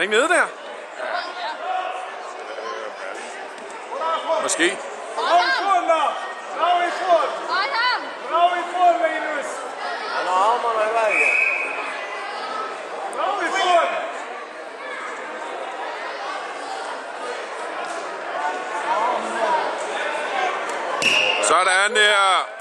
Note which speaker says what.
Speaker 1: ikke nede der? Måske.
Speaker 2: Bravo i foden, da! Bravo i foden!
Speaker 3: Adam!
Speaker 2: Bravo i foden, Venus!
Speaker 4: Han har hammeren i veien.
Speaker 2: Bravo i foden!
Speaker 1: Sådan der.